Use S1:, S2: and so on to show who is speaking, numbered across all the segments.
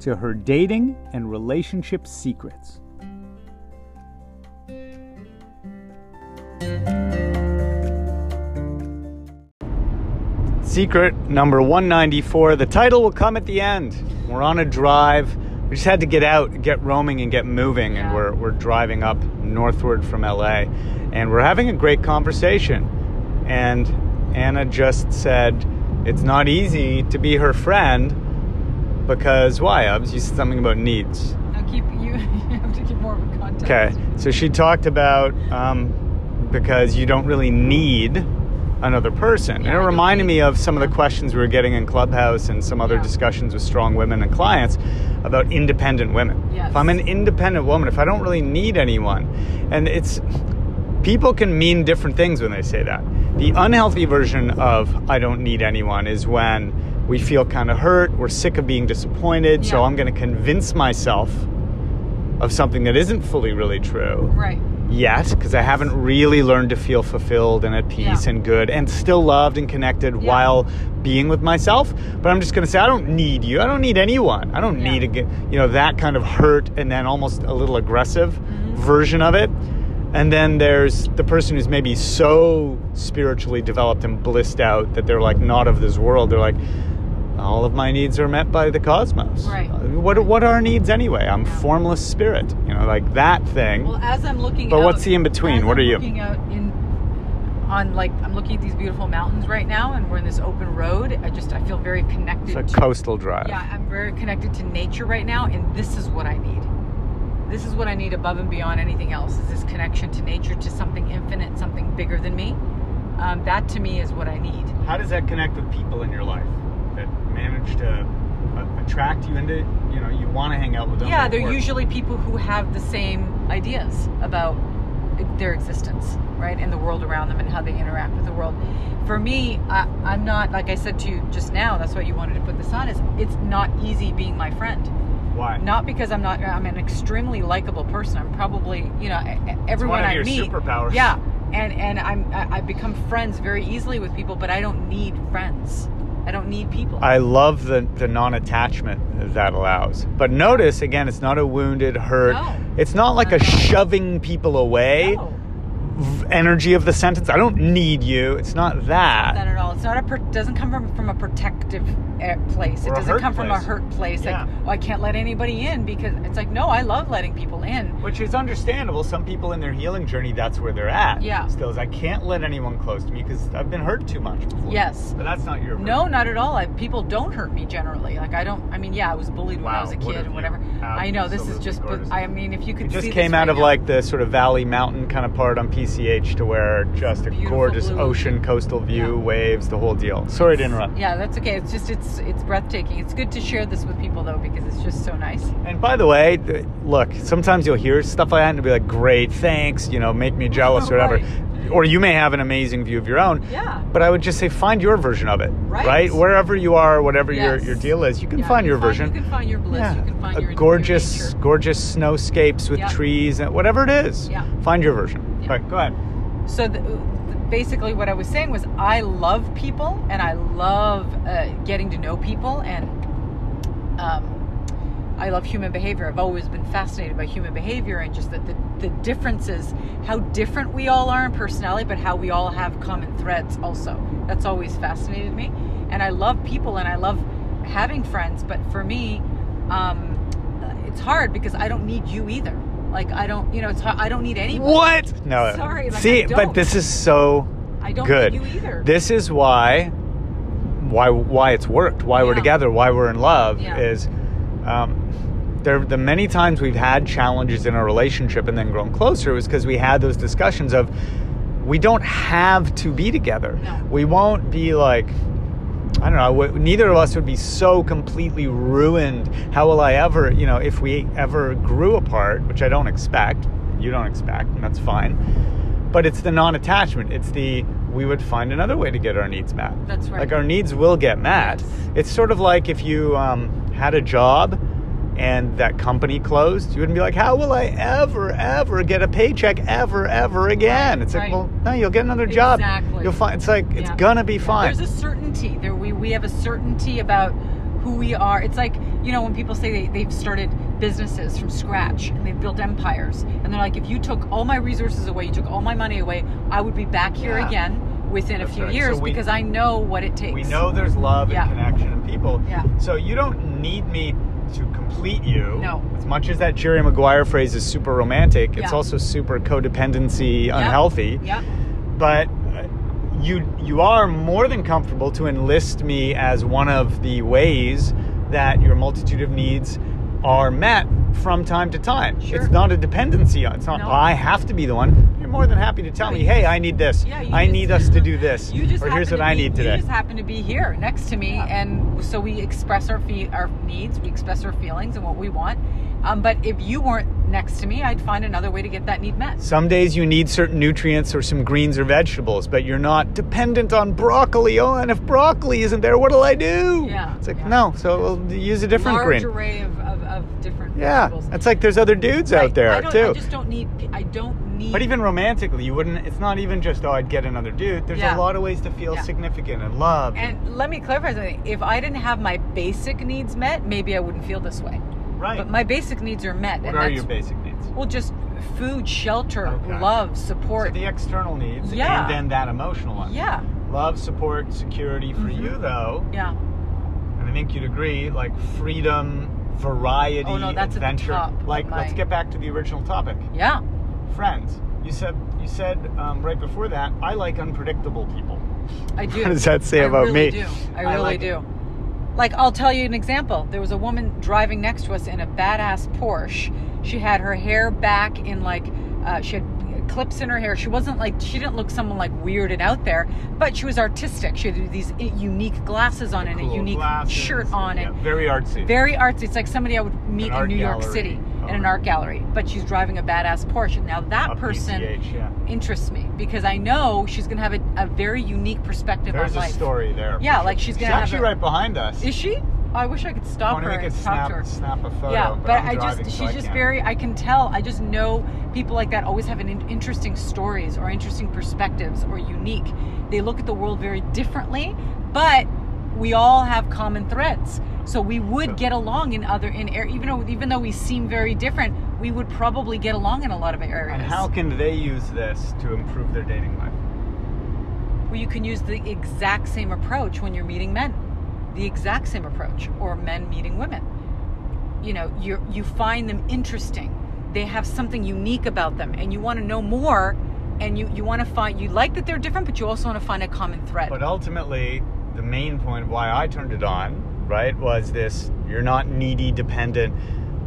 S1: to her dating and relationship secrets. Secret number 194. The title will come at the end. We're on a drive. We just had to get out, get roaming, and get moving, and we're, we're driving up northward from LA. And we're having a great conversation. And Anna just said, It's not easy to be her friend because why? Obviously, something about needs.
S2: Now keep you, you have to give more of a context.
S1: Okay, so she talked about um, because you don't really need another person.
S2: Yeah,
S1: and
S2: I
S1: it
S2: don't
S1: reminded
S2: need-
S1: me of some of the
S2: yeah.
S1: questions we were getting in Clubhouse and some other
S2: Yeah.
S1: discussions with strong women and clients about independent women.
S2: Yes.
S1: If I'm an independent woman, if I don't really need anyone, and it's people can mean different things when they say that. The unhealthy version of I don't need anyone is when we feel kind of hurt, we're sick of being disappointed, so
S2: Yeah.
S1: I'm going to convince myself of something that isn't fully really true
S2: Right.
S1: yet because I haven't really learned to feel fulfilled and at peace
S2: Yeah.
S1: and good and still loved and connected
S2: Yeah.
S1: while being with myself. But I'm just going to say, I don't need you. I don't need anyone. I don't
S2: Yeah.
S1: need a, g- you know, that kind of hurt and then almost a little aggressive
S2: Mm-hmm.
S1: version of it. And then there's the person who's maybe so spiritually developed and blissed out that they're like not of this world. They're like, all of my needs are met by the cosmos.
S2: Right.
S1: Uh, What, what are our needs anyway? I'm
S2: Yeah.
S1: formless spirit, you know, like that thing.
S2: Well, as I'm looking.
S1: But
S2: out,
S1: what's the in between?
S2: as
S1: What
S2: I'm
S1: are you?
S2: Looking out in, on like I'm looking at these beautiful mountains right now, and we're in this open road. I just I feel very connected.
S1: It's a
S2: to,
S1: coastal drive.
S2: Yeah, I'm very connected to nature right now, and this is what I need. This is what I need above and beyond anything else. Is this connection to nature, to something infinite, something bigger than me? Um, that to me is what I need.
S1: How does that connect with people in your life that manage to uh, attract you into, you know, you want to hang out with them?
S2: Yeah,
S1: or-
S2: they're
S1: or-
S2: usually people who have the same ideas about their existence, right, and the world around them and how they interact with the world. For me, I, I'm not like I said to you just now. That's why you wanted to put this on. Is it's not easy being my friend.
S1: Why?
S2: Not because I'm not. I'm an extremely likable person. I'm probably you know e- e- everyone
S1: one of
S2: I
S1: your
S2: meet.
S1: superpowers.
S2: Yeah, and and I'm I, I become friends very easily with people, but I don't need friends. I don't need people.
S1: I love the, the non attachment that allows. But notice, again, it's not a wounded, hurt.
S2: No.
S1: It's not like
S2: No,
S1: a
S2: no.
S1: shoving people away
S2: No.
S1: v- energy of the sentence. I don't need you. It's not that.
S2: that at all. It's not a pro- doesn't come from from a protective eh, place.
S1: Or
S2: it
S1: a
S2: doesn't
S1: hurt
S2: come from a
S1: place.
S2: hurt place.
S1: Yeah.
S2: Like, oh, I can't let anybody in because it's like, no, I love letting people in.
S1: Which is understandable. Some people in their healing journey, that's where they're at.
S2: Yeah.
S1: Still, is I can't let anyone close to me because I've been hurt too much before.
S2: Yes.
S1: But that's not your
S2: No, not at all. I, people don't hurt me generally. Like I don't. I mean, yeah, I was bullied when I
S1: Wow,
S2: was a
S1: what
S2: kid
S1: have
S2: and
S1: you
S2: whatever. I know this is
S1: absolutely
S2: just.
S1: gorgeous.
S2: But, I mean, if you could
S1: It just
S2: see this
S1: came out
S2: right
S1: of
S2: now.
S1: like the sort of valley mountain kind of part on PCH to where just a
S2: Beautiful
S1: gorgeous
S2: blue.
S1: ocean, coastal view,
S2: Yeah.
S1: waves, the whole deal. Sorry to interrupt.
S2: Yeah, that's okay. It's just it's it's breathtaking. It's good to share this with people though because it's just so nice.
S1: And by the way, th- look, sometimes you'll hear stuff like that and be like, great, thanks, you know, make me jealous or whatever.
S2: Right.
S1: Or you may have an amazing view of your own.
S2: Yeah.
S1: But I would just say find your version of it,
S2: Right.
S1: Wherever you are, whatever
S2: Yes.
S1: your, your deal is, you can
S2: Yeah,
S1: find your version.
S2: You can find your bliss. You can find
S1: a
S2: your your
S1: gorgeous,
S2: nature.
S1: gorgeous snowscapes with
S2: Yeah.
S1: trees and whatever it is.
S2: Yeah.
S1: Find your version.
S2: Yeah.
S1: Right, go ahead.
S2: so the, basically what i was saying was i love people and i love uh, getting to know people and um, i love human behavior i've always been fascinated by human behavior and just that the, the differences how different we all are in personality but how we all have common threads also that's always fascinated me and i love people and i love having friends but for me um, it's hard because i don't need you either like i don't you know it's hard, i don't need anyone
S1: What? No.
S2: Sorry, like,
S1: See,
S2: I
S1: but
S2: don't.
S1: this is so
S2: i don't
S1: good.
S2: need you either
S1: This is why, why, why it's worked. Why we're
S2: Yeah.
S1: together. Why we're in love
S2: Yeah.
S1: is, um, there the many times we've had challenges in our relationship and then grown closer was because we had those discussions of, we don't have to be together.
S2: No.
S1: We won't be like I don't know. w- Neither of us would be so completely ruined. How will I ever, you know, if we ever grew apart, which I don't expect, you don't expect, and that's fine. But it's the non attachment. It's the we would find another way to get our needs met.
S2: That's right.
S1: Like our needs will get met.
S2: Yes.
S1: It's sort of like if you um, had a job and that company closed, you wouldn't be like, how will I ever, ever get a paycheck ever, ever again? It's like,
S2: Right.
S1: well, no, you'll get another job.
S2: Exactly.
S1: You'll find, it's like, it's
S2: Yeah.
S1: gonna be
S2: Yeah,
S1: fine.
S2: There's a certainty. There we we have a certainty about who we are. It's like you know when people say they, they've started businesses from scratch and they've built empires, and they're like, if you took all my resources away, you took all my money away, I would be back here
S1: Yeah.
S2: again within
S1: That's
S2: a few
S1: right. So
S2: years
S1: we-
S2: because I know what it takes.
S1: We know there's love
S2: Yeah.
S1: and connection and people.
S2: Yeah.
S1: So you don't need me to complete you.
S2: No.
S1: As much as that Jerry Maguire phrase is super romantic, it's
S2: Yeah.
S1: also super codependency unhealthy.
S2: Yep.
S1: But uh, you you are more than comfortable to enlist me as one of the ways that your multitude of needs are met from time to time.
S2: Sure.
S1: It's not a dependency on. It's not
S2: No.
S1: I have to be the one. You're more than happy to tell
S2: No,
S1: me,
S2: you
S1: "Hey,
S2: just-
S1: I need this.
S2: Yeah, you
S1: I
S2: just-
S1: need us to do this."
S2: You just
S1: or here's
S2: happen
S1: what
S2: to
S1: I
S2: be-
S1: need today.
S2: You just happen to be here next to me,
S1: Yeah.
S2: and so we express our fe- our needs, we express our feelings, and what we want. Um, but if you weren't next to me, I'd find another way to get that need met.
S1: Some days you need certain nutrients or some greens or vegetables, but you're not dependent on broccoli. Oh, and if broccoli isn't there, what'll I do?
S2: Yeah,
S1: It's like,
S2: yeah.
S1: no, so we'll use a different
S2: Large
S1: green.
S2: array of, of, of different
S1: yeah.
S2: vegetables.
S1: It's like there's other dudes
S2: Right.
S1: out there
S2: I don't,
S1: too.
S2: I just don't need. I don't need.
S1: but even romantically, you wouldn't, it's not even just, oh, I'd get another dude. There's
S2: Yeah.
S1: a lot of ways to feel
S2: Yeah.
S1: significant and loved.
S2: And let me clarify something. If I didn't have my basic needs met, maybe I wouldn't feel this way.
S1: right.
S2: But my basic needs are met.
S1: what
S2: and
S1: are
S2: that's,
S1: your basic needs?
S2: Well, just food, shelter,
S1: Okay.
S2: love, support.
S1: So the external needs
S2: Yeah.
S1: and then that emotional one.
S2: yeah,
S1: Love, support, security for
S2: Mhm.
S1: you though.
S2: yeah.
S1: and I think you'd agree, like freedom, variety,
S2: Oh, no, that's at the
S1: adventure.
S2: top of
S1: like, let's
S2: my-
S1: get back to the original topic,
S2: Yeah.
S1: friends. You said you said um, right before that, I like unpredictable people.
S2: I do.
S1: What does that say
S2: I
S1: about me?
S2: really Do. I
S1: I
S2: really
S1: like it.
S2: do. Like I'll tell you an example. There was a woman driving next to us in a badass Porsche. She had her hair back in like uh, she had clips in her hair. She wasn't like she didn't look someone like weird and out there, but she was artistic. She had these i- unique glasses on and
S1: Cool
S2: a unique
S1: glasses,
S2: shirt on
S1: yeah,
S2: and
S1: very artsy.
S2: very artsy. It's like somebody I would meet in
S1: art
S2: New York
S1: gallery.
S2: City in an
S1: Oh.
S2: art gallery, but she's driving a badass Porsche. Now that
S1: A
S2: person
S1: PCH, yeah.
S2: interests me because I know she's gonna have a, a very unique perspective
S1: There's
S2: on
S1: a
S2: life.
S1: story there.
S2: Yeah,
S1: for
S2: like
S1: sure.
S2: she's
S1: she's
S2: gonna have
S1: actually
S2: a-
S1: right behind us.
S2: Is she? Oh, I wish I could
S1: I
S2: stop
S1: want
S2: her
S1: to make
S2: and
S1: a
S2: talk
S1: snap,
S2: to her.
S1: snap a photo.
S2: yeah, but
S1: I'm
S2: I just
S1: driving, so
S2: she's
S1: I
S2: just
S1: can't.
S2: very I can tell. I just know people like that always have an in- interesting stories or interesting perspectives or unique. They look at the world very differently, but we all have common threads. So we
S1: Yeah.
S2: would get along in other in air even though even though we seem very different, we would probably get along in a lot of areas.
S1: And how can they use this to improve their dating life?
S2: Well, you can use the exact same approach when you're meeting men, the exact same approach, or men meeting women. You know, you you find them interesting. They have something unique about them, and you want to know more. And you you want to find you like that they're different, but you also want to find a common thread.
S1: But ultimately, the main point of why I turned it on, right, was this you're not needy dependent.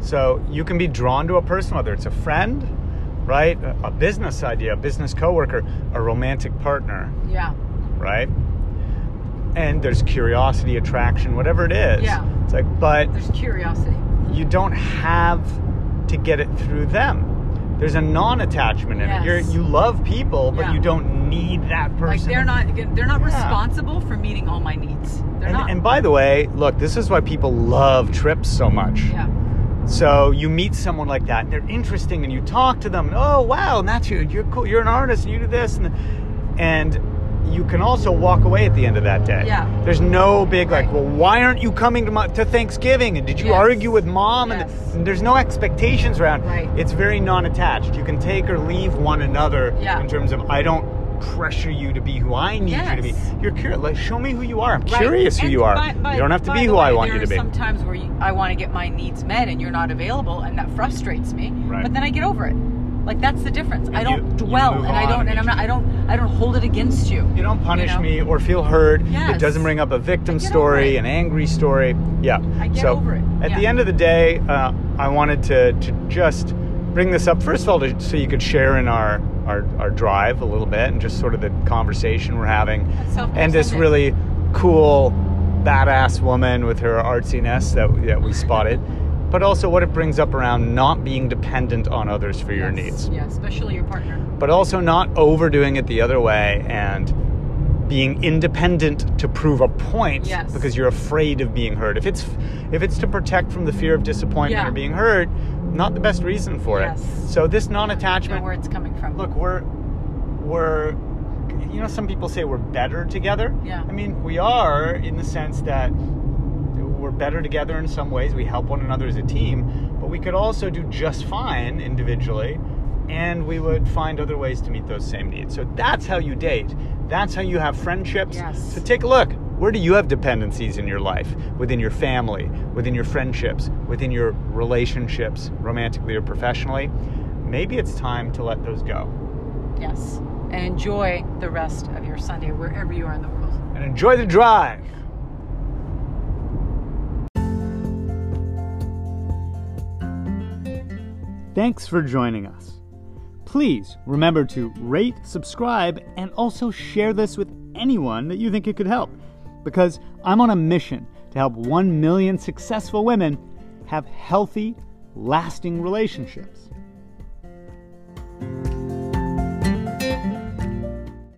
S1: So you can be drawn to a person, whether it's a friend, right, a a business idea, a business coworker, a romantic partner,
S2: yeah,
S1: right? And there's curiosity, attraction, whatever it is.
S2: Yeah.
S1: It's like, but
S2: there's curiosity.
S1: you don't have to get it through them. There's a non-attachment in it. You're,
S2: Yes.
S1: you love people, but
S2: Yeah.
S1: you don't need that person.
S2: Like they're not they're not
S1: Yeah.
S2: responsible for meeting all my needs. They're
S1: And,
S2: not.
S1: and by the way, look, this is why people love trips so much.
S2: yeah.
S1: So you meet someone like that, and they're interesting, and you talk to them, and oh wow, and that's you. You're cool. You're an artist, and you do this, and and you can also walk away at the end of that day.
S2: Yeah.
S1: There's no big like,
S2: Right.
S1: well, why aren't you coming to my, to Thanksgiving? And did you
S2: Yes.
S1: argue with mom?
S2: Yes.
S1: And, and there's no expectations around.
S2: Right.
S1: It's very non-attached. You can take or leave one another
S2: Yeah.
S1: in terms of I don't pressure you to be who I need you to be.
S2: Yes.
S1: You're curious. Like, show me who you are. I'm
S2: Right.
S1: curious who
S2: And
S1: you are.
S2: by- by-
S1: you don't have to
S2: by
S1: be
S2: the
S1: who I
S2: way,
S1: want you to be.
S2: There are some times where you, I want to get my needs met and you're not available, and that frustrates me.
S1: Right.
S2: But then I get over it. Like that's the difference. I
S1: And
S2: don't
S1: you- you
S2: dwell,
S1: move
S2: and I
S1: on
S2: don't,
S1: and
S2: and I'm
S1: you-
S2: not, I don't, I don't hold it against you.
S1: You don't punish
S2: know?
S1: me or feel hurt. It
S2: Yes.
S1: doesn't bring up a
S2: I
S1: victim
S2: get
S1: story,
S2: over it.
S1: an angry story. Yeah.
S2: I get
S1: so
S2: over it.
S1: At the
S2: Yeah.
S1: end of the day, uh, I wanted to, to just bring this up first of all, to, so you could share in our, our our drive a little bit and just sort of the conversation we're having,
S2: That's
S1: and this
S2: self-presenting.
S1: really cool badass woman with her artsiness that, that we spotted, but also what it brings up around not being dependent on others for your
S2: Yes,
S1: needs,
S2: Yeah, especially your partner.
S1: but also not overdoing it the other way and being independent to prove a point
S2: Yes.
S1: because you're afraid of being hurt. If it's if it's to protect from the fear of disappointment
S2: Yeah.
S1: or being hurt, not the best reason for it.
S2: Yes.
S1: So this
S2: Know
S1: non-attachment
S2: where it's coming from.
S1: look we're we're you know some people say we're better together
S2: Yeah.
S1: i mean we are in the sense that we're better together in some ways we help one another as a team but we could also do just fine individually and we would find other ways to meet those same needs so that's how you date that's how you have friendships
S2: Yes.
S1: so take a look where do you have dependencies in your life within your family within your friendships within your relationships romantically or professionally maybe it's time to let those go
S2: Yes. And enjoy the rest of your Sunday wherever you are in the world.
S1: and enjoy the drive. Thanks for joining us. Please remember to rate, subscribe, and also share this with anyone that you think it could help. Because I'm on a mission to help 1 million successful women have healthy, lasting relationships.